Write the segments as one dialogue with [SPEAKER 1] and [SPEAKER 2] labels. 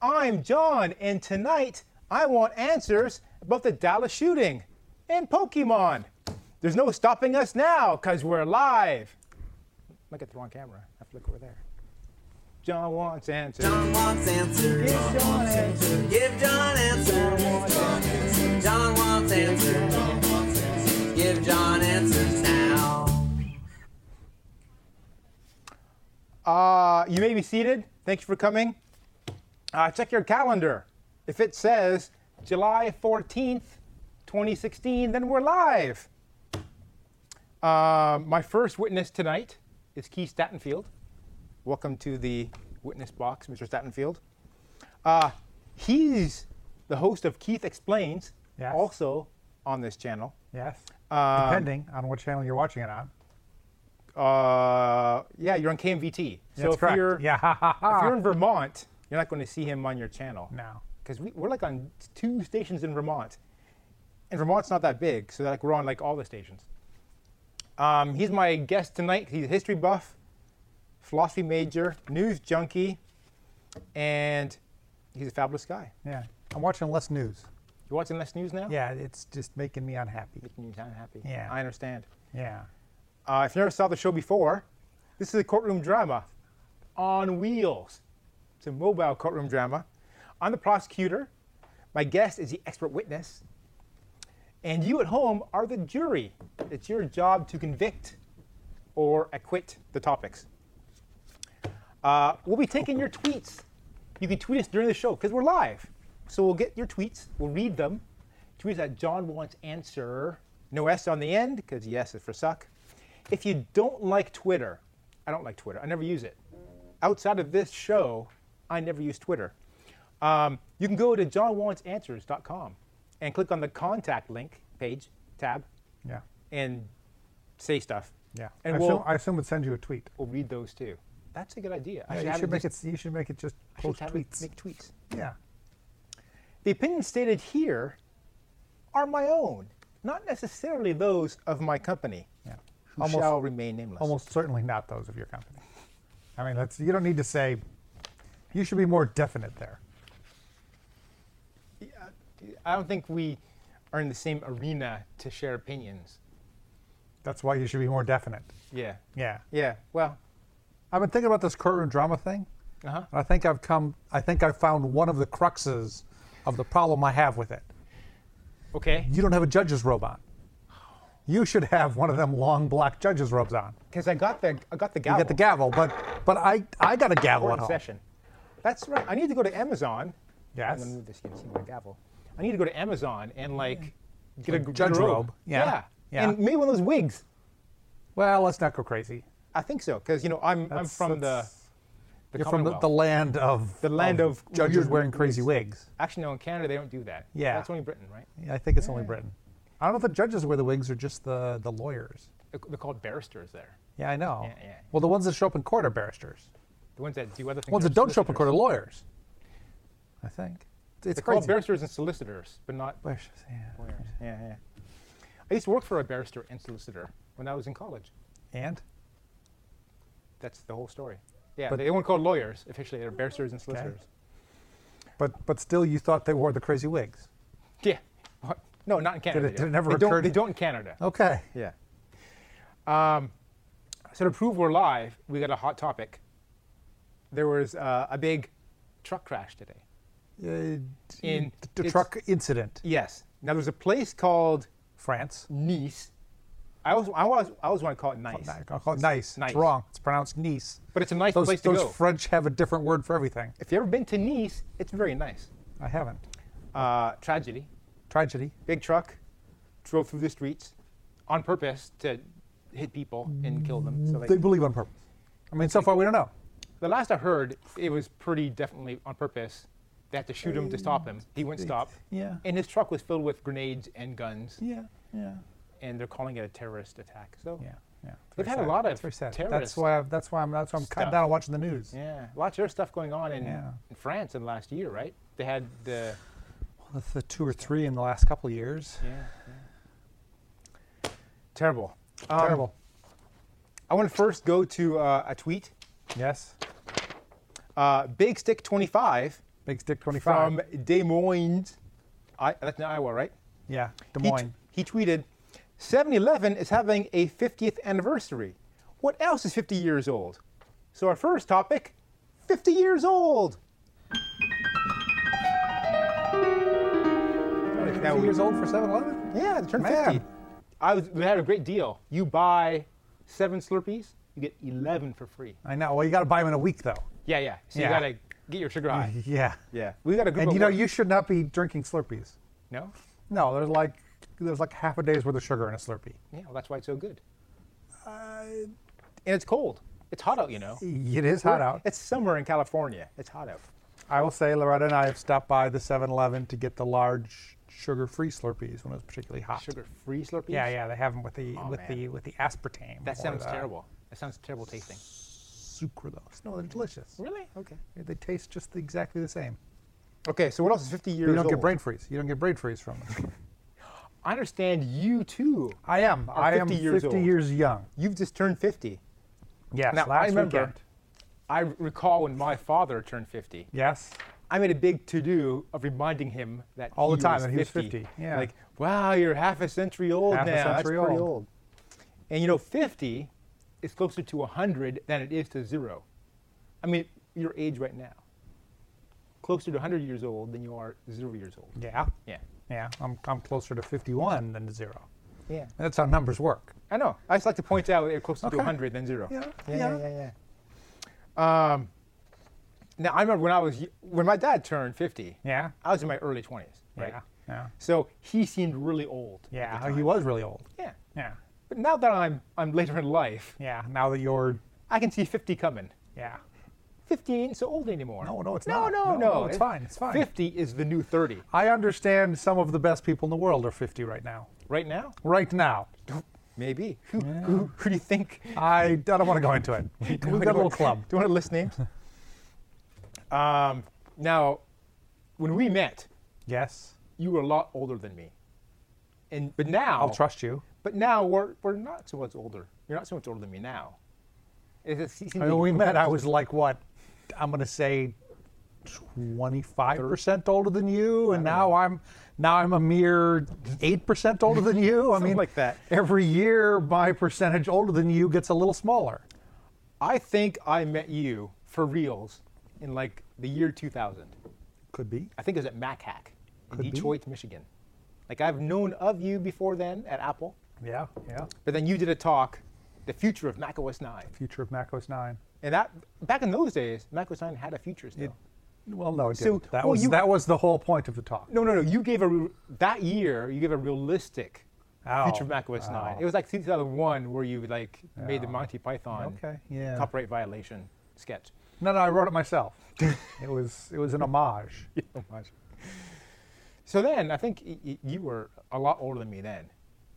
[SPEAKER 1] I'm John, and tonight I want answers about the Dallas shooting and Pokemon. There's no stopping us now because we're live. Look at the wrong camera. I have to look over there. John wants answers.
[SPEAKER 2] John wants answers.
[SPEAKER 1] Give John answers.
[SPEAKER 2] Give John answers. John wants answers. Give John answers now.
[SPEAKER 1] Uh, you may be seated. Thank you for coming. Uh, check your calendar. If it says July 14th, 2016, then we're live. Uh, my first witness tonight is Keith Statenfield. Welcome to the witness box, Mr. Statenfield. Uh, he's the host of Keith Explains,
[SPEAKER 3] Yes.
[SPEAKER 1] also on this channel.
[SPEAKER 3] Yes.
[SPEAKER 1] Um,
[SPEAKER 3] Depending on what channel you're watching it on.
[SPEAKER 1] Uh, yeah, you're on KMVT. so
[SPEAKER 3] That's
[SPEAKER 1] if
[SPEAKER 3] correct.
[SPEAKER 1] you're
[SPEAKER 3] yeah. Ha, ha, ha.
[SPEAKER 1] if you're in Vermont, you're not going to see him on your channel.
[SPEAKER 3] no.
[SPEAKER 1] because we, we're like on two stations in Vermont, and Vermont's not that big, so like we're on like all the stations. Um, he's my guest tonight. He's a history buff, philosophy major, news junkie, and he's a fabulous guy.
[SPEAKER 3] Yeah. I'm watching less news.
[SPEAKER 1] You watching less news now?
[SPEAKER 3] Yeah, it's just making me unhappy.
[SPEAKER 1] making you kind of happy.
[SPEAKER 3] Yeah.
[SPEAKER 1] I understand.
[SPEAKER 3] Yeah.
[SPEAKER 1] Uh, if you never saw the show before, this is a courtroom drama on wheels. It's a mobile courtroom drama. I'm the prosecutor. My guest is the expert witness. And you at home are the jury. It's your job to convict or acquit the topics. Uh, we'll be taking your tweets. You can tweet us during the show because we're live. So we'll get your tweets, we'll read them. Tweets that John wants answer. No S on the end because yes is for suck. If you don't like Twitter, I don't like Twitter, I never use it. Outside of this show, I never use Twitter. Um, you can go to johnwantsanswers.com and click on the contact link page tab
[SPEAKER 3] Yeah.
[SPEAKER 1] and say stuff.
[SPEAKER 3] Yeah.
[SPEAKER 1] And
[SPEAKER 3] I,
[SPEAKER 1] we'll,
[SPEAKER 3] assume, I assume it sends you a tweet.
[SPEAKER 1] we'll read those too. That's a good idea. I
[SPEAKER 3] Yeah,
[SPEAKER 1] should
[SPEAKER 3] you
[SPEAKER 1] have
[SPEAKER 3] should make
[SPEAKER 1] just-
[SPEAKER 3] it. You should make it just
[SPEAKER 1] I should
[SPEAKER 3] post
[SPEAKER 1] have it
[SPEAKER 3] tweets.
[SPEAKER 1] Make tweets.
[SPEAKER 3] Yeah.
[SPEAKER 1] The opinions stated here are my own, not necessarily those of my company,
[SPEAKER 3] Yeah.
[SPEAKER 1] who
[SPEAKER 3] Almost-
[SPEAKER 1] shall remain nameless.
[SPEAKER 3] Almost certainly not those of your company. I mean, that's you don't need to say. You should be more definite there.
[SPEAKER 1] I don't think we are in the same arena to share opinions.
[SPEAKER 3] That's why you should be more definite.
[SPEAKER 1] Yeah.
[SPEAKER 3] Yeah.
[SPEAKER 1] Yeah. Well.
[SPEAKER 3] I've been thinking about this courtroom drama thing.
[SPEAKER 1] Uh huh.
[SPEAKER 3] And I think I've come. I think I've found one of the cruxes of the problem I have with it.
[SPEAKER 1] Okay.
[SPEAKER 3] You don't have a judge's robe on. You should have one of them long black judge's robes on.
[SPEAKER 1] Because I got the I got the gavel.
[SPEAKER 3] You get the gavel, but but I I got a gavel
[SPEAKER 1] We're
[SPEAKER 3] at
[SPEAKER 1] in
[SPEAKER 3] home.
[SPEAKER 1] session. That's right. I need to go to Amazon. I'm
[SPEAKER 3] Yes.
[SPEAKER 1] gonna move this. You can see my gavel. I need to go to Amazon and like get a g-
[SPEAKER 3] judge
[SPEAKER 1] good
[SPEAKER 3] robe. Yeah.
[SPEAKER 1] yeah.
[SPEAKER 3] Yeah.
[SPEAKER 1] And maybe one of those wigs.
[SPEAKER 3] Well, let's not go crazy.
[SPEAKER 1] I think so, because you know I'm I'm
[SPEAKER 3] That's-
[SPEAKER 1] from the
[SPEAKER 3] that's-
[SPEAKER 1] the
[SPEAKER 3] You're from the,
[SPEAKER 1] Commonwealth.
[SPEAKER 3] the land of
[SPEAKER 1] The land of
[SPEAKER 3] judges
[SPEAKER 1] weird
[SPEAKER 3] wearing crazy wigs.
[SPEAKER 1] Actually, no, in Canada they don't do that.
[SPEAKER 3] Yeah.
[SPEAKER 1] that's only Britain, right?
[SPEAKER 3] Yeah, I think it's only Britain. I don't know if the judges wear the wigs or just the the lawyers.
[SPEAKER 1] They're they're called barristers there.
[SPEAKER 3] Yeah, I know.
[SPEAKER 1] Yeah, yeah.
[SPEAKER 3] Well, the ones that show up in court are barristers.
[SPEAKER 1] The ones that do other things.
[SPEAKER 3] The ones
[SPEAKER 1] are
[SPEAKER 3] that don't show up in
[SPEAKER 1] solicitors.
[SPEAKER 3] court are lawyers. I think it's
[SPEAKER 1] They're called
[SPEAKER 3] crazy.
[SPEAKER 1] barristers and solicitors, but not
[SPEAKER 3] Barristers, yeah.
[SPEAKER 1] lawyers. Yeah, yeah. I used to work for a barrister and solicitor when I was in college.
[SPEAKER 3] And
[SPEAKER 1] That's the whole story. Yeah,
[SPEAKER 3] But-
[SPEAKER 1] they weren't called lawyers officially. They're barristers and solicitors.
[SPEAKER 3] but but still, you thought they wore the crazy wigs.
[SPEAKER 1] Yeah. What? No, not in Canada.
[SPEAKER 3] it-
[SPEAKER 1] they
[SPEAKER 3] did it never
[SPEAKER 1] they
[SPEAKER 3] occur
[SPEAKER 1] don't,
[SPEAKER 3] to
[SPEAKER 1] They
[SPEAKER 3] you?
[SPEAKER 1] don't in Canada.
[SPEAKER 3] Okay.
[SPEAKER 1] Yeah. Um, so to prove we're live, we got a hot topic. There was uh, a big truck crash today.
[SPEAKER 3] Uh,
[SPEAKER 1] In-
[SPEAKER 3] the- the
[SPEAKER 1] it's-
[SPEAKER 3] truck incident,
[SPEAKER 1] Yes. Now there's a place called
[SPEAKER 3] France.
[SPEAKER 1] Nice. I always, I always, I always want to call it Nice,
[SPEAKER 3] I'll call it nice.
[SPEAKER 1] Nice.
[SPEAKER 3] It's wrong. It's pronounced Nice.
[SPEAKER 1] but it's a nice
[SPEAKER 3] those
[SPEAKER 1] place to
[SPEAKER 3] those
[SPEAKER 1] go.
[SPEAKER 3] French have a different word for everything.
[SPEAKER 1] if you've ever been to Nice, it's very nice.
[SPEAKER 3] I haven't.
[SPEAKER 1] Uh, tragedy.
[SPEAKER 3] Tragedy.
[SPEAKER 1] Big truck drove through the streets on purpose to hit people and kill them. So
[SPEAKER 3] They
[SPEAKER 1] they,
[SPEAKER 3] believe on purpose. I mean, so far we don't know.
[SPEAKER 1] the last I heard, it was pretty definitely on purpose. They had to shoot him to stop him. He wouldn't stop.
[SPEAKER 3] Yeah.
[SPEAKER 1] And his truck was filled with grenades and guns,
[SPEAKER 3] Yeah. Yeah.
[SPEAKER 1] and they're calling it a terrorist attack. So
[SPEAKER 3] Yeah. Yeah.
[SPEAKER 1] They've
[SPEAKER 3] Very
[SPEAKER 1] had a
[SPEAKER 3] sad.
[SPEAKER 1] lot of
[SPEAKER 3] It's very sad.
[SPEAKER 1] terrorist
[SPEAKER 3] That's why. I've, that's why I'm. That's why I'm
[SPEAKER 1] stuff.
[SPEAKER 3] cutting down on watching the news.
[SPEAKER 1] Yeah, lots of stuff going on in,
[SPEAKER 3] Yeah.
[SPEAKER 1] in France in the last year, right? They had the
[SPEAKER 3] That's the two or three in the last couple of years.
[SPEAKER 1] yeah, yeah. terrible. Um,
[SPEAKER 3] Terrible.
[SPEAKER 1] I want to first go to uh, a tweet.
[SPEAKER 3] Yes.
[SPEAKER 1] Uh, Big Stick 25
[SPEAKER 3] Big Stick 25.
[SPEAKER 1] from Des Moines, I, that's in Iowa, right?
[SPEAKER 3] yeah, Des
[SPEAKER 1] He t-
[SPEAKER 3] Moines.
[SPEAKER 1] He, tweeted, 7-Eleven is having a 50th anniversary. What else is 50 years old? So our first topic, 50 years old. Now,
[SPEAKER 3] 50 years old for 7 Eleven?
[SPEAKER 1] yeah, they turned
[SPEAKER 3] Man.
[SPEAKER 1] 50. I was, we had a great deal. You buy seven Slurpees, you get 11 for free.
[SPEAKER 3] I know. Well, you got to buy them in a week, though.
[SPEAKER 1] Yeah, yeah. So
[SPEAKER 3] Yeah.
[SPEAKER 1] you gotta get your sugar high.
[SPEAKER 3] Yeah.
[SPEAKER 1] yeah, we got a group.
[SPEAKER 3] And
[SPEAKER 1] of
[SPEAKER 3] you know,
[SPEAKER 1] work-
[SPEAKER 3] you should not be drinking Slurpees.
[SPEAKER 1] no.
[SPEAKER 3] No, there's like there's like half a day's worth of sugar in a Slurpee.
[SPEAKER 1] Yeah, well, that's why it's so good. Uh, and it's cold. It's hot out, you know.
[SPEAKER 3] It is hot out.
[SPEAKER 1] It's summer in California. It's hot out.
[SPEAKER 3] I will say, Loretta and I have stopped by the 7-Eleven to get the large sugar-free Slurpees when it was particularly hot.
[SPEAKER 1] Sugar-free Slurpees.
[SPEAKER 3] Ah. Yeah, yeah, they have them with the with
[SPEAKER 1] Oh, man.
[SPEAKER 3] the with the aspartame.
[SPEAKER 1] That
[SPEAKER 3] or
[SPEAKER 1] sounds
[SPEAKER 3] the
[SPEAKER 1] terrible. That sounds terrible tasting.
[SPEAKER 3] Sucralose. No, they're delicious.
[SPEAKER 1] Really? Okay.
[SPEAKER 3] They taste just the- exactly the same.
[SPEAKER 1] Okay. So what else is 50 years
[SPEAKER 3] You don't
[SPEAKER 1] old?
[SPEAKER 3] get brain freeze. You don't get brain freeze from them.
[SPEAKER 1] I understand you too.
[SPEAKER 3] I am. I am
[SPEAKER 1] 50 years
[SPEAKER 3] 50
[SPEAKER 1] old.
[SPEAKER 3] years young.
[SPEAKER 1] You've just turned 50.
[SPEAKER 3] Yes,
[SPEAKER 1] Now, I
[SPEAKER 3] last
[SPEAKER 1] remember-
[SPEAKER 3] weekend.
[SPEAKER 1] I recall when my father turned 50.
[SPEAKER 3] Yes.
[SPEAKER 1] I made a big to do of reminding him that
[SPEAKER 3] All the
[SPEAKER 1] he
[SPEAKER 3] time
[SPEAKER 1] was
[SPEAKER 3] that
[SPEAKER 1] 50.
[SPEAKER 3] he was 50, yeah.
[SPEAKER 1] Like, wow, you're half a century old
[SPEAKER 3] Half a
[SPEAKER 1] now.
[SPEAKER 3] century
[SPEAKER 1] That's pretty
[SPEAKER 3] old.
[SPEAKER 1] old. And you know, 50 is closer to 100 than it is to zero. I mean, your age right now, closer to 100 years old than you are zero years old.
[SPEAKER 3] Yeah.
[SPEAKER 1] Yeah.
[SPEAKER 3] Yeah. I'm, I'm closer to 51 than to zero.
[SPEAKER 1] Yeah.
[SPEAKER 3] That's how numbers work.
[SPEAKER 1] I know. I just like to point out they're closer
[SPEAKER 3] Okay.
[SPEAKER 1] to 100 than zero.
[SPEAKER 3] Yeah,
[SPEAKER 1] Yeah.
[SPEAKER 3] yeah.
[SPEAKER 1] Yeah. yeah, yeah. Um, now I remember when I was y- when my dad turned 50.
[SPEAKER 3] Yeah.
[SPEAKER 1] I was in my early 20s. Right.
[SPEAKER 3] Yeah. Yeah.
[SPEAKER 1] So he seemed really old. at
[SPEAKER 3] Yeah.
[SPEAKER 1] the time.
[SPEAKER 3] He was really old.
[SPEAKER 1] Yeah.
[SPEAKER 3] Yeah.
[SPEAKER 1] But now that I'm I'm later in life,
[SPEAKER 3] Yeah. Now that you're.
[SPEAKER 1] I can see 50 coming.
[SPEAKER 3] Yeah.
[SPEAKER 1] 50 ain't so old anymore.
[SPEAKER 3] No, no, it's
[SPEAKER 1] no,
[SPEAKER 3] not.
[SPEAKER 1] No, no,
[SPEAKER 3] No, no, it's fine, it's fine.
[SPEAKER 1] 50 is the new 30
[SPEAKER 3] I understand some of the best people in the world are 50 right now.
[SPEAKER 1] right now.
[SPEAKER 3] Right now.
[SPEAKER 1] Maybe. Who, who, who do you think?
[SPEAKER 3] I, I don't want to go into it. We've got a little club.
[SPEAKER 1] Do you want to list names? um, now, when we met,
[SPEAKER 3] Yes.
[SPEAKER 1] you were a lot older than me. And but now
[SPEAKER 3] I'll trust you.
[SPEAKER 1] But now we're we're not so much older. You're not so much older than me now. It, it seems to
[SPEAKER 3] I mean,
[SPEAKER 1] be-
[SPEAKER 3] when we met, I was like, what? I'm going to say 25% older than you. And now I'm now I'm a mere 8% older than you. I mean,
[SPEAKER 1] like that.
[SPEAKER 3] Every year, my percentage older than you gets a little smaller.
[SPEAKER 1] I think I met you for reals in like the year 2000.
[SPEAKER 3] Could be.
[SPEAKER 1] I think it was at MacHack in
[SPEAKER 3] Could be.
[SPEAKER 1] Detroit, Michigan. Like I've known of you before then at Apple,
[SPEAKER 3] Yeah, yeah.
[SPEAKER 1] but then you did a talk, the future of Mac OS 9,
[SPEAKER 3] Future of macOS 9.
[SPEAKER 1] and that back in those days, Mac OS 9 had a future still.
[SPEAKER 3] Well, no, it
[SPEAKER 1] So,
[SPEAKER 3] didn't. That,
[SPEAKER 1] well,
[SPEAKER 3] was,
[SPEAKER 1] you-
[SPEAKER 3] that was the whole point of the talk.
[SPEAKER 1] no, no, no. You gave a re- that year. You gave a realistic future
[SPEAKER 3] Ow,
[SPEAKER 1] of Mac OS 9.
[SPEAKER 3] ow.
[SPEAKER 1] It was like 2001 where you like made the Monty Python
[SPEAKER 3] Okay, yeah.
[SPEAKER 1] copyright violation sketch.
[SPEAKER 3] No, no, I wrote it myself. it was it was an homage.
[SPEAKER 1] Oh my. So then, I think y- y- you were a lot older than me then.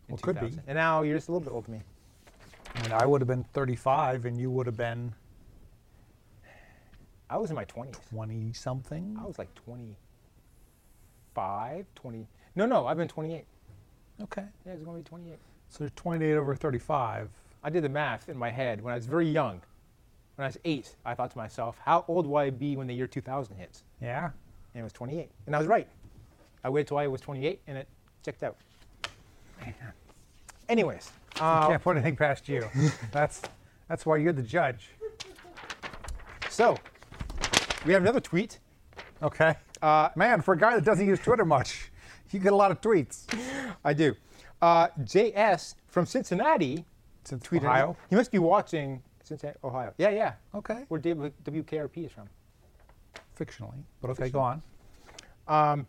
[SPEAKER 1] in
[SPEAKER 3] Well, could be.
[SPEAKER 1] 2000. And now you're just a little bit older than me.
[SPEAKER 3] I mean, I would have been 35 and you would have been
[SPEAKER 1] I was in my 20s.
[SPEAKER 3] 20 something.
[SPEAKER 1] I was like 25, 20. No, no, I've been 28.
[SPEAKER 3] Okay.
[SPEAKER 1] Yeah, it's going to be 28.
[SPEAKER 3] So you're 28 over 35.
[SPEAKER 1] I did the math in my head when I was very young. When I was eight, I thought to myself, how old will I be when the year 2000 hits?
[SPEAKER 3] Yeah.
[SPEAKER 1] And it was 28. And I was right. I waited till I was 28 and it checked out. Anyways, uh,
[SPEAKER 3] Can't put anything past you. that's that's why you're the judge.
[SPEAKER 1] so we have another tweet.
[SPEAKER 3] Okay. Uh, Man, for a guy that doesn't use Twitter much, you get a lot of tweets.
[SPEAKER 1] I do. Uh, JS from Cincinnati
[SPEAKER 3] Since
[SPEAKER 1] tweeted.
[SPEAKER 3] Ohio.
[SPEAKER 1] He must be watching Cincinnati, Ohio. Yeah, yeah.
[SPEAKER 3] Okay.
[SPEAKER 1] Where W- WKRP is from.
[SPEAKER 3] Fictionally. But okay, go on.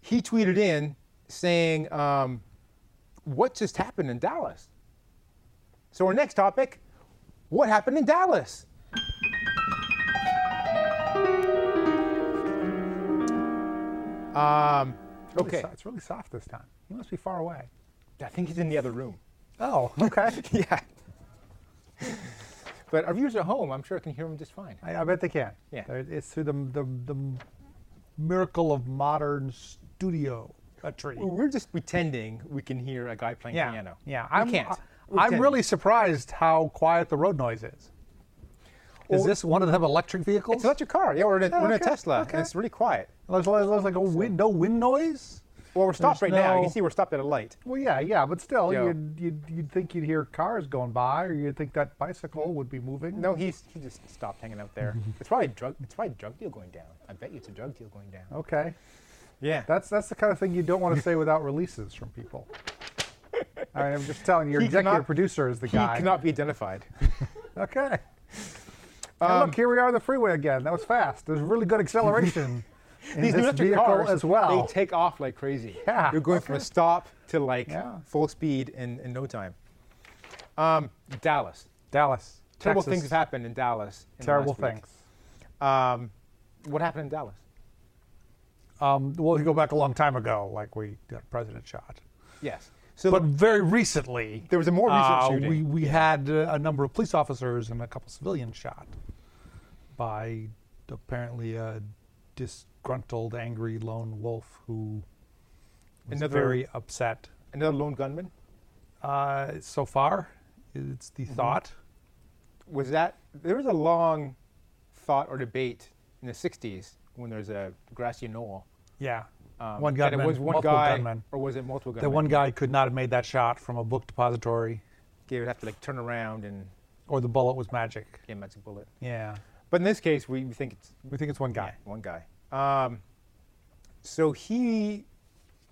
[SPEAKER 1] He tweeted in saying, um, "What just happened in Dallas?" So our next topic: What happened in Dallas? Um,
[SPEAKER 3] Really
[SPEAKER 1] okay,
[SPEAKER 3] so- it's really soft this time. You must be far away.
[SPEAKER 1] I think he's in the other room.
[SPEAKER 3] Oh, okay.
[SPEAKER 1] yeah. but our viewers at home, I'm sure, can hear him just fine.
[SPEAKER 3] I, I bet they can.
[SPEAKER 1] Yeah.
[SPEAKER 3] They're- It's through the, the, the miracle of modern studio a tree.
[SPEAKER 1] We're just pretending we can hear a guy playing
[SPEAKER 3] yeah.
[SPEAKER 1] piano.
[SPEAKER 3] Yeah.
[SPEAKER 1] I
[SPEAKER 3] I'm,
[SPEAKER 1] can't.
[SPEAKER 3] I,
[SPEAKER 1] We're
[SPEAKER 3] I'm
[SPEAKER 1] pretending.
[SPEAKER 3] really surprised how quiet the road noise is. Is this one of them electric vehicles?
[SPEAKER 1] It's an electric car. Yeah, we're in a, we're in a
[SPEAKER 3] okay,
[SPEAKER 1] Tesla.
[SPEAKER 3] okay.
[SPEAKER 1] And it's really quiet.
[SPEAKER 3] Looks like, looks like a wind, no wind noise.
[SPEAKER 1] Well, we're stopped
[SPEAKER 3] There's
[SPEAKER 1] right now. You
[SPEAKER 3] no-
[SPEAKER 1] can see we're stopped at a light.
[SPEAKER 3] Well, yeah, yeah, but still,
[SPEAKER 1] Yeah.
[SPEAKER 3] you'd, you'd you'd think you'd hear cars going by, or you'd think that bicycle would be moving.
[SPEAKER 1] No, he's he just stopped hanging out there. it's probably a drug. It's probably a drug deal going down. I bet you it's a drug deal going down.
[SPEAKER 3] Okay,
[SPEAKER 1] Yeah.
[SPEAKER 3] that's that's the kind of thing you don't want to say without releases from people. I mean, I'm just telling you, your
[SPEAKER 1] He
[SPEAKER 3] executive
[SPEAKER 1] cannot-
[SPEAKER 3] producer is the
[SPEAKER 1] he
[SPEAKER 3] guy.
[SPEAKER 1] cannot be identified.
[SPEAKER 3] Okay. And
[SPEAKER 1] Um,
[SPEAKER 3] look, here we are on the freeway again. That was fast. There's really good acceleration in
[SPEAKER 1] These
[SPEAKER 3] this
[SPEAKER 1] electric
[SPEAKER 3] vehicle
[SPEAKER 1] cars
[SPEAKER 3] as well.
[SPEAKER 1] They take off like crazy.
[SPEAKER 3] Yeah,
[SPEAKER 1] You're going from a stop to like
[SPEAKER 3] Yeah.
[SPEAKER 1] full speed in, in no time. Um, Dallas.
[SPEAKER 3] Dallas,
[SPEAKER 1] Terrible
[SPEAKER 3] Texas,
[SPEAKER 1] things have happened in Dallas. in the
[SPEAKER 3] Terrible
[SPEAKER 1] last week.
[SPEAKER 3] things.
[SPEAKER 1] Um, what happened in Dallas?
[SPEAKER 3] Um, well, you go back a long time ago, like we got president shot.
[SPEAKER 1] Yes. So
[SPEAKER 3] But very recently,
[SPEAKER 1] there was a more recent
[SPEAKER 3] uh,
[SPEAKER 1] shooting.
[SPEAKER 3] We, we had uh, a number of police officers and a couple civilians shot by apparently a disgruntled, angry lone wolf who was
[SPEAKER 1] Another-
[SPEAKER 3] very upset.
[SPEAKER 1] another lone gunman.
[SPEAKER 3] Uh, so far, it's
[SPEAKER 1] Mm-hmm.
[SPEAKER 3] the thought.
[SPEAKER 1] was that there was a long thought or debate in the 60s when there's a grassy knoll.
[SPEAKER 3] Yeah.
[SPEAKER 1] um,
[SPEAKER 3] one
[SPEAKER 1] that
[SPEAKER 3] gunman,
[SPEAKER 1] it was one
[SPEAKER 3] multiple
[SPEAKER 1] guy,
[SPEAKER 3] gunmen.
[SPEAKER 1] or was it multiple gunmen?
[SPEAKER 3] That one guy could not have made that shot from a book depository,
[SPEAKER 1] He would have to like turn around and
[SPEAKER 3] or the bullet was magic.
[SPEAKER 1] get a magic bullet.
[SPEAKER 3] Yeah.
[SPEAKER 1] But in this case, we we think it's
[SPEAKER 3] We think it's one guy.
[SPEAKER 1] yeah, one guy. Um, so he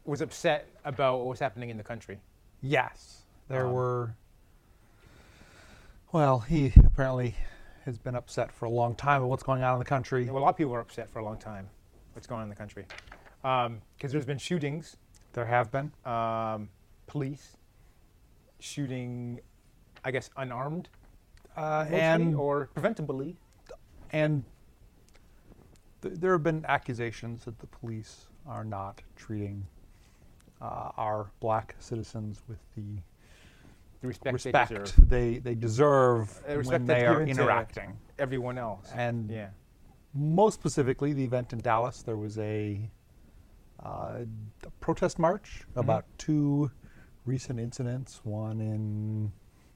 [SPEAKER 1] was upset about what was happening in the country.
[SPEAKER 3] Yes, there
[SPEAKER 1] Um,
[SPEAKER 3] were. Well, he apparently has been upset for a long time at what's going on in the country.
[SPEAKER 1] Well, a lot of people were upset for a long time. What's going on in the country? Because there's been shootings,
[SPEAKER 3] There have been.
[SPEAKER 1] um, police shooting, I guess unarmed
[SPEAKER 3] Uh,
[SPEAKER 1] mostly,
[SPEAKER 3] and
[SPEAKER 1] or preventably.
[SPEAKER 3] and th- there have been accusations that the police are not treating uh, our black citizens with the
[SPEAKER 1] the respect,
[SPEAKER 3] respect
[SPEAKER 1] they
[SPEAKER 3] they
[SPEAKER 1] deserve.
[SPEAKER 3] they, deserve
[SPEAKER 1] The respect
[SPEAKER 3] when
[SPEAKER 1] that's
[SPEAKER 3] they are
[SPEAKER 1] given to-
[SPEAKER 3] interacting.
[SPEAKER 1] Everyone else.
[SPEAKER 3] And-
[SPEAKER 1] yeah,
[SPEAKER 3] most specifically the event in Dallas, there was a, uh, a protest march
[SPEAKER 1] Mm-hmm.
[SPEAKER 3] about two recent incidents, one in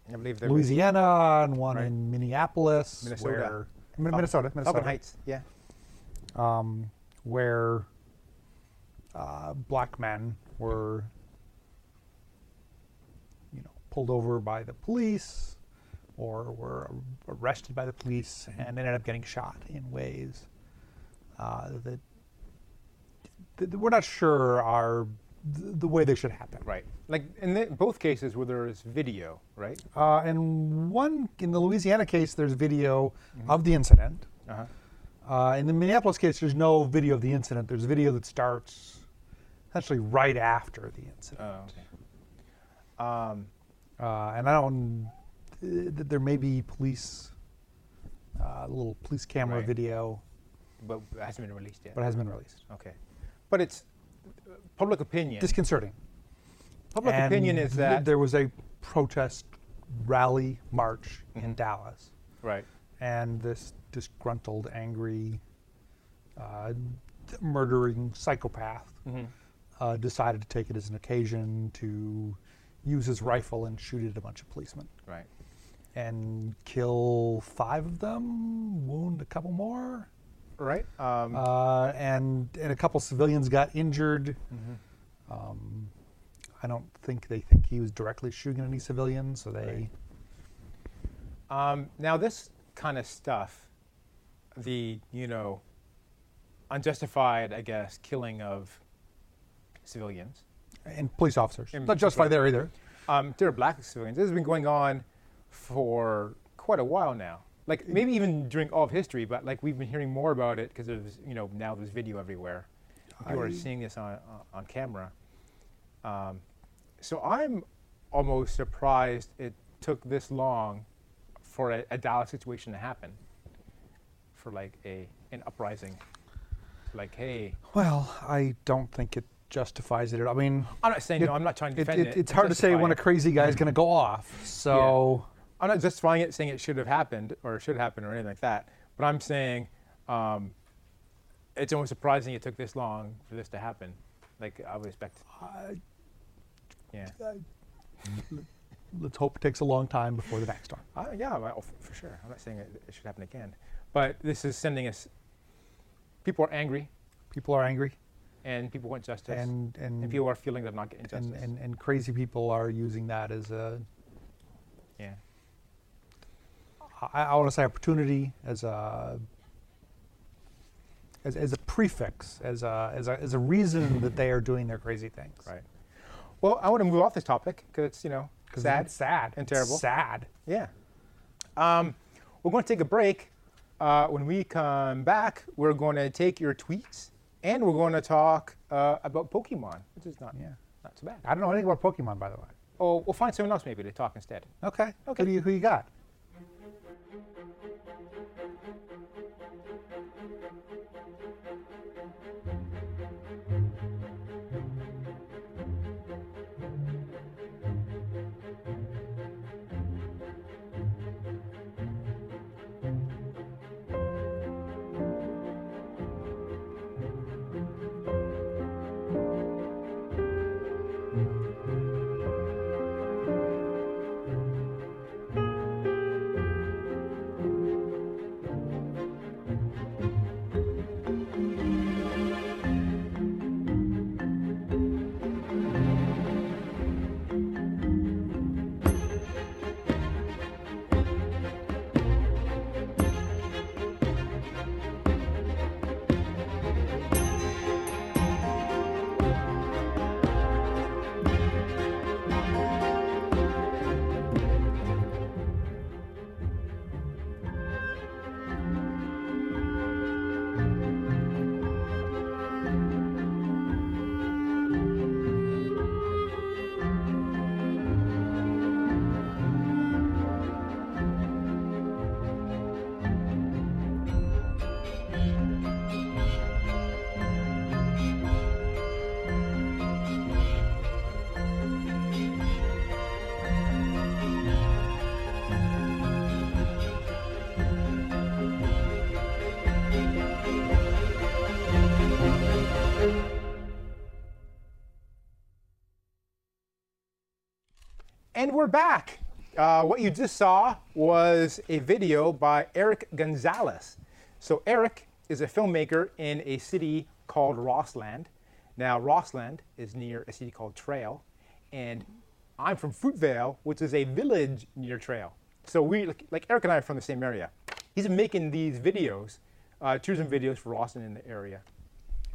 [SPEAKER 1] I believe there was
[SPEAKER 3] Louisiana and one
[SPEAKER 1] Right.
[SPEAKER 3] in Minneapolis,
[SPEAKER 1] Minnesota.
[SPEAKER 3] where Min- Minnesota,
[SPEAKER 1] Southern
[SPEAKER 3] Minnesota,
[SPEAKER 1] Heights. Yeah,
[SPEAKER 3] where uh, black men were, you know, pulled over by the police or were ar- arrested by the police and ended up getting shot in ways uh, that, that we're not sure are th- the way they should happen.
[SPEAKER 1] right. Like in the, both cases where there is video, right?
[SPEAKER 3] Uh, and one in the Louisiana case, there's video of the incident.
[SPEAKER 1] Uh-huh.
[SPEAKER 3] Uh, in the Minneapolis case, there's no video of the incident. There's video that starts essentially right after the incident.
[SPEAKER 1] Oh, okay. Oh.
[SPEAKER 3] Uh, and I don't, th- th- there may be police, uh, little police camera
[SPEAKER 1] Right.
[SPEAKER 3] video,
[SPEAKER 1] But it hasn't been released yet.
[SPEAKER 3] but it hasn't been released.
[SPEAKER 1] okay, but it's uh, public opinion.
[SPEAKER 3] Disconcerting.
[SPEAKER 1] public
[SPEAKER 3] And
[SPEAKER 1] opinion is
[SPEAKER 3] th-
[SPEAKER 1] that
[SPEAKER 3] there was a protest rally march
[SPEAKER 1] Mm-hmm.
[SPEAKER 3] in Dallas.
[SPEAKER 1] right?
[SPEAKER 3] and this disgruntled, angry, uh, murdering psychopath uh, decided to take it as an occasion to use his rifle and shoot at a bunch of policemen
[SPEAKER 1] Right.
[SPEAKER 3] and kill five of them, wound a couple more,
[SPEAKER 1] Right. Um,
[SPEAKER 3] uh, and and a couple civilians got injured. Um, I don't think they think he was directly shooting at any civilians, so they.
[SPEAKER 1] Um, now, this kind of stuff, the, you know, unjustified, I guess, killing of civilians,
[SPEAKER 3] And police officers.
[SPEAKER 1] And
[SPEAKER 3] Not justified there either.
[SPEAKER 1] um, there are black civilians. This has been going on for quite a while now. Like
[SPEAKER 3] Mm.
[SPEAKER 1] maybe even during all of history, but like we've been hearing more about it because there's you know now there's video everywhere. You are seeing this on on- on camera. Um, so I'm almost surprised it took this long for a, a Dallas situation to happen. For like a an uprising, like hey,
[SPEAKER 3] Well, I don't think it justifies it. at all. I mean,
[SPEAKER 1] I'm not saying
[SPEAKER 3] It-
[SPEAKER 1] no, I'm not trying to
[SPEAKER 3] it,
[SPEAKER 1] defend it.
[SPEAKER 3] it- it's hard to say
[SPEAKER 1] justify
[SPEAKER 3] when a
[SPEAKER 1] it.
[SPEAKER 3] crazy guy's going to go off. So,
[SPEAKER 1] I'm not justifying it, saying it should have happened or should happen or anything like that. But I'm saying um, it's almost surprising it took this long for this to happen. Like I would expect. yeah.
[SPEAKER 3] let's hope it takes a long time before the next storm.
[SPEAKER 1] Uh, yeah, well, f- for sure. I'm not saying it, it should happen again, but this is sending us. People are angry,
[SPEAKER 3] People are angry,
[SPEAKER 1] and people want justice, and,
[SPEAKER 3] and and
[SPEAKER 1] people are feeling they're not getting justice.
[SPEAKER 3] and, and, and crazy people are using that as a
[SPEAKER 1] yeah,
[SPEAKER 3] I, I want to say opportunity as a as, as a prefix as a, as a as a reason that they are doing their crazy things
[SPEAKER 1] right. Well, I want to move off this topic because it's you know
[SPEAKER 3] because
[SPEAKER 1] sad.
[SPEAKER 3] sad
[SPEAKER 1] and terrible.
[SPEAKER 3] sad
[SPEAKER 1] Yeah. Um, we're going to take a break. Uh, when we come back, we're going to take your tweets and we're going to talk uh, about Pokemon, which is not
[SPEAKER 3] Yeah.
[SPEAKER 1] not too bad.
[SPEAKER 3] I don't know anything about Pokemon by the way
[SPEAKER 1] Oh, we'll find someone else maybe to talk instead.
[SPEAKER 3] okay
[SPEAKER 1] Okay.
[SPEAKER 3] who do you who you got
[SPEAKER 1] And we're back. Uh, what you just saw was a video by Eric Gonzalez. So, Eric is a filmmaker in a city called Rossland. Now, Rossland is near a city called Trail. And I'm from Fruitvale, which is a village near Trail. So, we, like, like Eric and I are from the same area. He's been making these videos, uh, tourism videos for Rossland in the area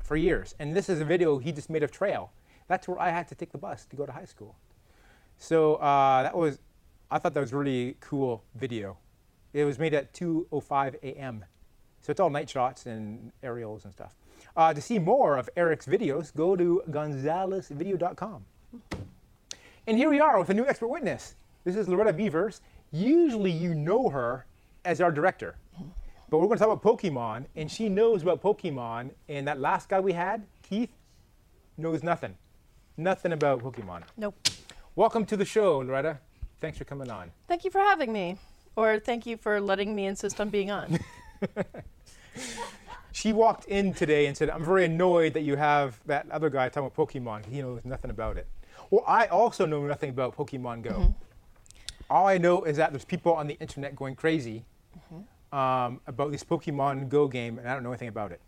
[SPEAKER 1] for years. And this is a video he just made of Trail. That's where I had to take the bus to go to high school. So uh, that was, I thought that was really cool video. It was made at 2:05 a.m. So it's all night shots and aerials and stuff. Uh, to see more of Eric's videos, go to gonzalezvideo.com. And here we are with a new expert witness. This is Loretta Beavers. Usually you know her as our director, but we're going to talk about Pokemon, and she knows about Pokemon. And that last guy we had, Keith, knows nothing, nothing about Pokemon.
[SPEAKER 4] Nope.
[SPEAKER 1] Welcome to the show, Loretta. Thanks for coming on.
[SPEAKER 4] Thank you for having me. Or thank you for letting me insist on being on.
[SPEAKER 1] She walked in today and said, I'm very annoyed that you have that other guy talking about Pokemon. He knows nothing about it. Well, I also know nothing about Pokemon Go. All I know is that there's people on the internet going crazy um, about this Pokemon Go game, and I don't know anything about it.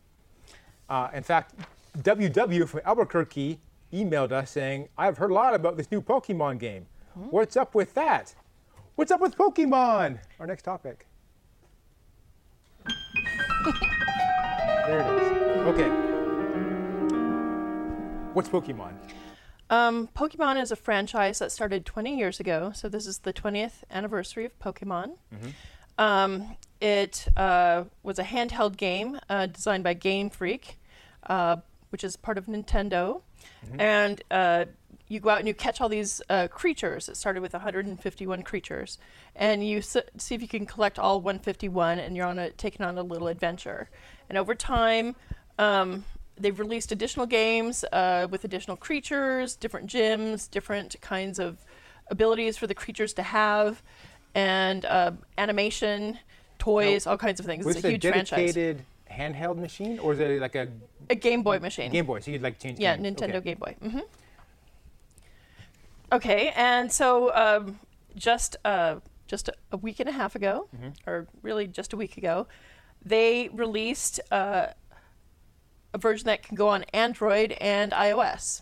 [SPEAKER 1] Uh, in fact, WW from Albuquerque emailed us saying, I've heard a lot about this new Pokemon game. What's up with that? What's up with Pokemon? Our next topic. There it is. Okay. What's Pokemon?
[SPEAKER 4] Um, Pokemon is a franchise that started 20 years ago, so this is the 20th anniversary of Pokemon. Um, it uh, was a handheld game uh, designed by Game Freak, uh, which is part of Nintendo. And uh, you go out and you catch all these uh, creatures. It started with 151 creatures, and you s- see if you can collect all 151, and you're on a taken on a little adventure. And over time, um, they've released additional games uh, with additional creatures, different gyms, different kinds of abilities for the creatures to have, and uh, animation, toys, all kinds of things.
[SPEAKER 1] Was
[SPEAKER 4] It's
[SPEAKER 1] it
[SPEAKER 4] a
[SPEAKER 1] a
[SPEAKER 4] huge franchise.
[SPEAKER 1] dedicated handheld machine, or is it like a
[SPEAKER 4] A Game Boy machine.
[SPEAKER 1] Game Boy? So you'd like change?
[SPEAKER 4] Yeah, Mm-hmm.
[SPEAKER 1] games.
[SPEAKER 4] Nintendo
[SPEAKER 1] Okay.
[SPEAKER 4] Game Boy. hmm Okay, and so um, just uh, just a- a week and a half ago, or really just a week ago, they released uh, a version that can go on Android and iOS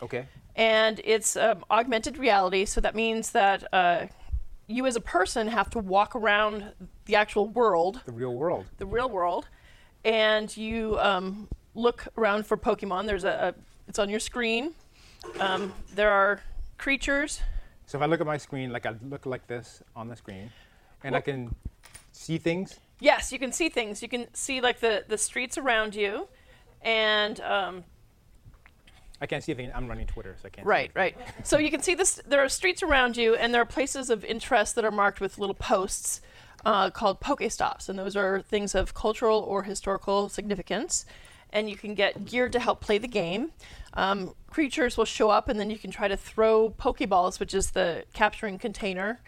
[SPEAKER 1] Okay.
[SPEAKER 4] and it's um, augmented reality. So that means that uh, you, as a person, have to walk around the actual world,
[SPEAKER 1] The real world.
[SPEAKER 4] the real world, and you um, look around for Pokemon. There's a, a it's on your screen. Um, there are creatures.
[SPEAKER 1] So if I look at my screen, like I look like this on the screen, and I can see things.
[SPEAKER 4] Yes, you can see things. You can see like the the streets around you, and um,
[SPEAKER 1] I can't see anything. I'm running Twitter, so I can't.
[SPEAKER 4] Right,
[SPEAKER 1] See anything.
[SPEAKER 4] right. So you can see this. There are streets around you, and there are places of interest that are marked with little posts uh, called Pokestops, and those are things of cultural or historical significance. And you can get geared to help play the game. Um, creatures will show up, and then you can try to throw Pokeballs, which is the capturing container,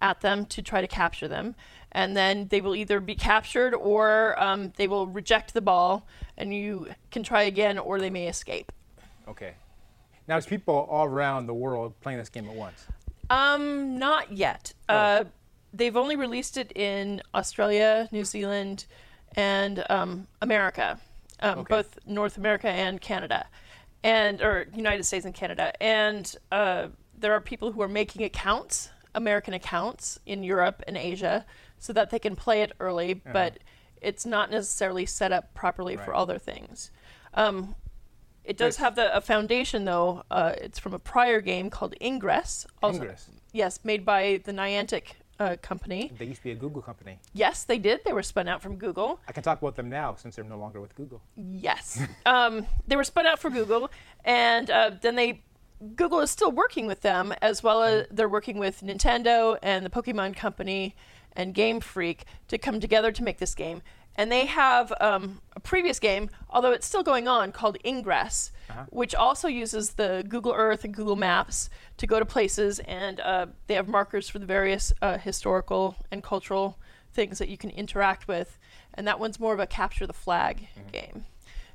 [SPEAKER 4] at them to try to capture them. And then they will either be captured or um, they will reject the ball, and you can try again, or they may escape.
[SPEAKER 1] Okay. Now there's people all around the world playing this game at once.
[SPEAKER 4] Um, not yet.
[SPEAKER 1] Oh.
[SPEAKER 4] Uh, they've only released it in Australia, New Zealand, and um, America, um,
[SPEAKER 1] Okay.
[SPEAKER 4] both North America and Canada, and or United States and Canada. And uh, there are people who are making accounts, American accounts, in Europe and Asia, so that they can play it early. But it's not necessarily set up properly for
[SPEAKER 1] Uh-huh. Right.
[SPEAKER 4] other things. Um, it does
[SPEAKER 1] Nice.
[SPEAKER 4] have the, a foundation, though. Uh, it's from a prior game called Ingress.
[SPEAKER 1] Ingress.
[SPEAKER 4] Yes, made by the Niantic uh, company.
[SPEAKER 1] They used to be a Google company.
[SPEAKER 4] Yes, they did. They were spun out from Google.
[SPEAKER 1] I can talk about them now since they're no longer with Google.
[SPEAKER 4] Yes, um, they were spun out for Google, and uh, then they Google is still working with them as well as they're working with Nintendo and the Pokemon Company and Game Freak to come together to make this game. And they have um, a previous game, although it's still going on, called Ingress, which also uses the Google Earth and Google Maps to go to places, and uh, they have markers for the various uh, historical and cultural things that you can interact with. And that one's more of a capture the flag game.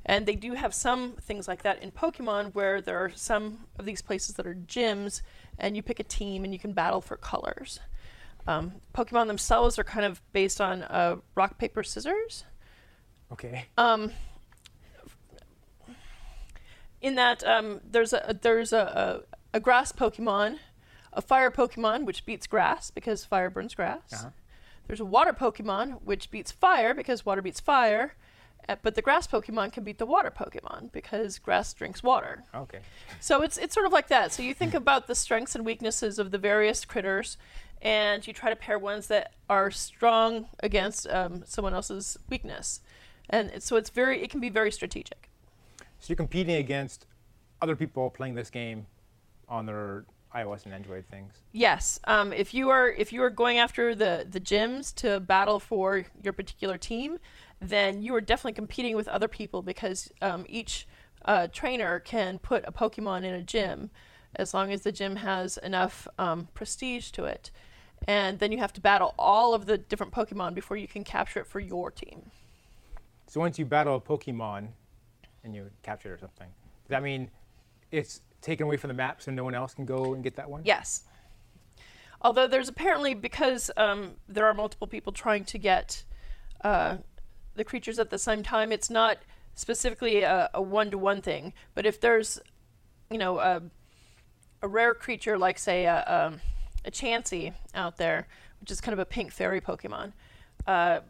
[SPEAKER 4] And they do have some things like that in Pokemon where there are some of these places that are gyms and you pick a team and you can battle for colors. Um, Pokemon themselves are kind of based on uh, rock, paper, scissors.
[SPEAKER 1] Okay.
[SPEAKER 4] Uh, in that um, there's a there's a, a, a grass Pokemon, a fire Pokemon which beats grass because fire burns grass.
[SPEAKER 1] Uh-huh.
[SPEAKER 4] There's a water Pokemon which beats fire because water beats fire, uh, but the grass Pokemon can beat the water Pokemon because grass drinks water.
[SPEAKER 1] okay.
[SPEAKER 4] So it's it's sort of like that. So you think about the strengths and weaknesses of the various critters, and you try to pair ones that are strong against um, someone else's weakness, and it's- so it's very it can be very strategic.
[SPEAKER 1] So you're competing against other people playing this game on their iOS and Android things.
[SPEAKER 4] Yes. Um, if you are if you are going after the the gyms to battle for your particular team, then you are definitely competing with other people because um, each uh, trainer can put a Pokemon in a gym, as long as the gym has enough um, prestige to it, and then you have to battle all of the different Pokemon before you can capture it for your team.
[SPEAKER 1] So once you battle a Pokemon and you capture it or something, does that mean it's taken away from the map so no one else can go and get that one?
[SPEAKER 4] Yes. Although there's apparently because um, there are multiple people trying to get uh, the creatures at the same time, it's not specifically a a one to one thing. But if there's, you know, a, a rare creature like say a, um a Chansey out there, which is kind of a pink fairy Pokemon, uh,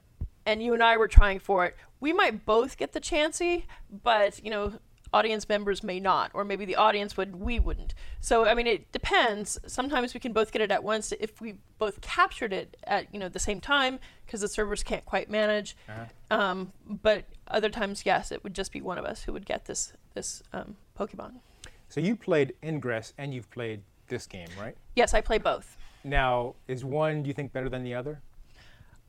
[SPEAKER 4] and you and I were trying for it, we might both get the Chansey, but you know, audience members may not, or maybe the audience would, we wouldn't. So I mean, it depends. Sometimes we can both get it at once if we both captured it at you know the same time because the servers can't quite manage. Um, but other times, yes, it would just be one of us who would get this this um, Pokemon.
[SPEAKER 1] So you played Ingress and you've played this game, right?
[SPEAKER 4] Yes, I play both.
[SPEAKER 1] Now, is one do you think better than the other?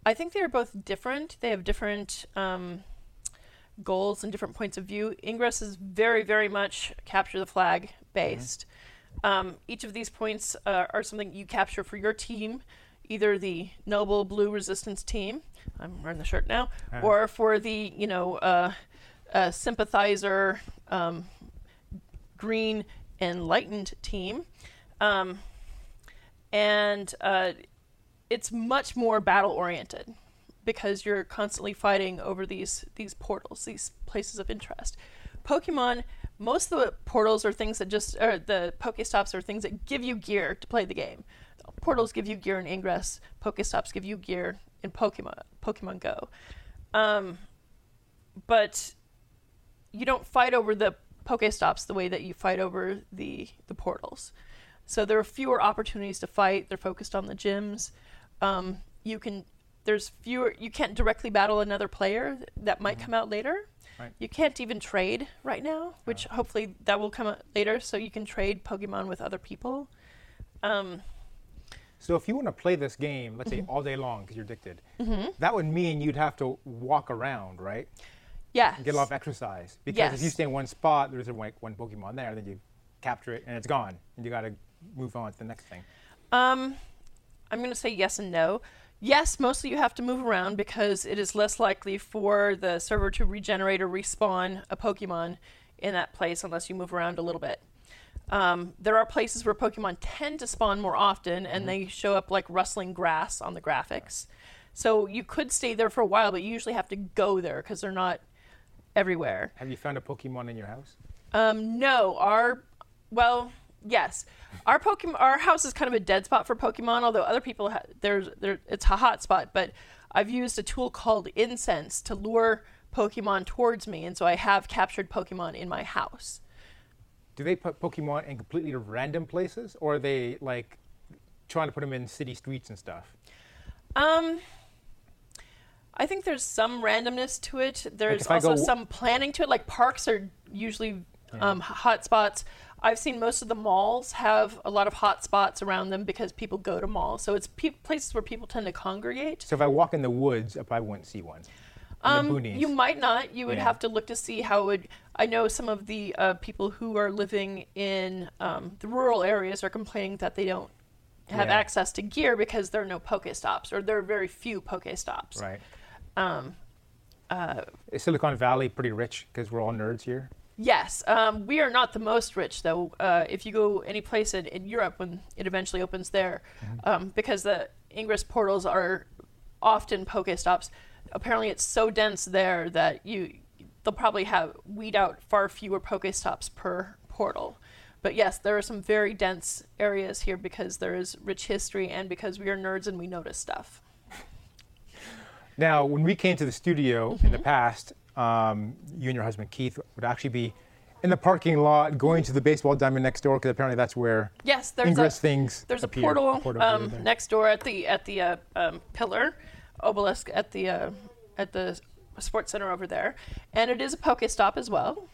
[SPEAKER 4] I think they are both different. They have different um, goals and different points of view. Ingress is very, very much capture the flag based. Um, each of these points uh, are something you capture for your team, either the noble blue resistance team, I'm wearing the shirt now, or for the you know uh, uh, sympathizer um, green enlightened team. Um, and uh, it's much more battle oriented because you're constantly fighting over these these portals, these places of interest. Pokemon, most of the portals are things that just or the Pokestops are things that give you gear to play the game. Portals give you gear in Ingress. Pokestops give you gear in Pokemon Pokemon Go. Um, but you don't fight over the Pokestops the way that you fight over the the portals. So there are fewer opportunities to fight. They're focused on the gyms. Um, you can there's fewer. You can't directly battle another player that might come out later.
[SPEAKER 1] Mm-hmm. Right. Uh.
[SPEAKER 4] You can't even trade right now, which hopefully that will come out later. So you can trade Pokemon with other people. Um,
[SPEAKER 1] So if you want to play this game, let's say all day long because you're addicted, that would mean you'd have to walk around, right?
[SPEAKER 4] yeah.
[SPEAKER 1] Get a lot of exercise because if you
[SPEAKER 4] Yes.
[SPEAKER 1] stay in one spot, there's a, like one Pokemon there, then you capture it and it's gone, and you got to move on to the next thing.
[SPEAKER 4] Um, I'm going to say yes and no. Yes, mostly you have to move around because it is less likely for the server to regenerate or respawn a Pokemon in that place unless you move around a little bit. Um, there are places where Pokemon tend to spawn more often and they show up like rustling grass on the graphics. So you could stay there for a while, but you usually have to go there because they're not everywhere.
[SPEAKER 1] Have you found a Pokemon in your house?
[SPEAKER 4] Um, no, our well, yes, our Pokemon, our house is kind of a dead spot for Pokemon. Although other people, ha- there's there, it's a hot spot. But I've used a tool called Incense to lure Pokemon towards me, and so I have captured Pokemon in my house.
[SPEAKER 1] Do they put Pokemon in completely random places, or are they like trying to put them in city streets and stuff?
[SPEAKER 4] Um, I think there's some randomness to it. There's
[SPEAKER 1] if I
[SPEAKER 4] also
[SPEAKER 1] go-
[SPEAKER 4] some planning to it. Like parks are usually um, hot spots. I've seen most of the malls have a lot of hot spots around them because people go to malls. So it's pe- places where people tend to congregate.
[SPEAKER 1] So if I walk in the woods, I probably wouldn't see one. In the boonies.
[SPEAKER 4] Um, You might not. You would
[SPEAKER 1] Yeah.
[SPEAKER 4] have to look to see how it would. I know some of the uh, people who are living in um, the rural areas are complaining that they don't have
[SPEAKER 1] Yeah.
[SPEAKER 4] access to gear because there are no Pokestops or there are very few Pokestops.
[SPEAKER 1] right.
[SPEAKER 4] uh,
[SPEAKER 1] Um, Is Silicon Valley pretty rich because we're all nerds here?
[SPEAKER 4] Yes, um, we are not the most rich though. Uh, if you go any place in, in Europe when it eventually opens there, um, because the ingress portals are often Pokestops. Apparently, it's so dense there that you they'll probably have weed out far fewer Pokestops per portal. But yes, there are some very dense areas here because there is rich history and because we are nerds and we notice stuff.
[SPEAKER 1] Now, when we came to the studio in
[SPEAKER 4] Mm-hmm.
[SPEAKER 1] the past, um, you and your husband Keith would actually be in the parking lot going to the baseball diamond next door because apparently that's where
[SPEAKER 4] Yes, there's
[SPEAKER 1] ingress
[SPEAKER 4] a,
[SPEAKER 1] things.
[SPEAKER 4] There's a
[SPEAKER 1] appear.
[SPEAKER 4] portal,
[SPEAKER 1] over
[SPEAKER 4] um,
[SPEAKER 1] there.
[SPEAKER 4] next door at the at the uh, um, pillar obelisk at the uh, at the sports center over there, and it is a Pokestop as well.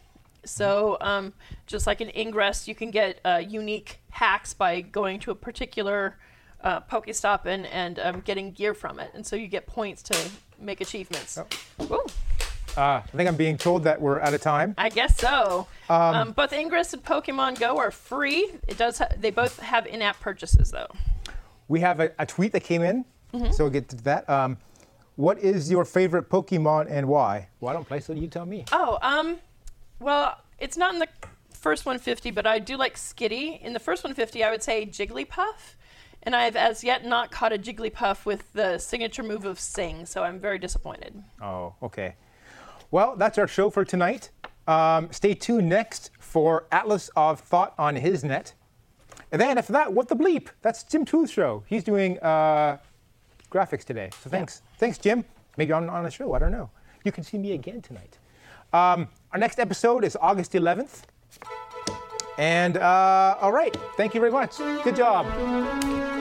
[SPEAKER 4] So um, just like an ingress, you can get uh, unique hacks by going to a particular uh, Pokestop and and um, getting gear from it, and so you get points to make achievements. Ooh,
[SPEAKER 1] Uh, I think I'm being told that we're out of time.
[SPEAKER 4] I guess so. Um, both Ingress and Pokemon Go are free. It does. Ha- they both have in-app purchases though.
[SPEAKER 1] We have a, a tweet that came in,
[SPEAKER 4] Mm-hmm.
[SPEAKER 1] so we'll get to that. Um, what is your favorite Pokemon and why? Well, I don't play, so you tell me.
[SPEAKER 4] Oh, um, well, it's not in the first 150, but I do like Skitty. In the first 150, I would say Jigglypuff, and I have as yet not caught a Jigglypuff with the signature move of Sing, so I'm very disappointed.
[SPEAKER 1] Oh, okay. Well, that's our show for tonight. Um, stay tuned next for Atlas of Thought on his net. And then after that, what the bleep? That's Jim Tooth's show. He's doing uh, graphics today. So thanks. Thanks, Jim. Maybe I'm on the show. I don't know. You can see me again tonight. Um, our next episode is August 11th. And uh, all right. Thank you very much. Good job.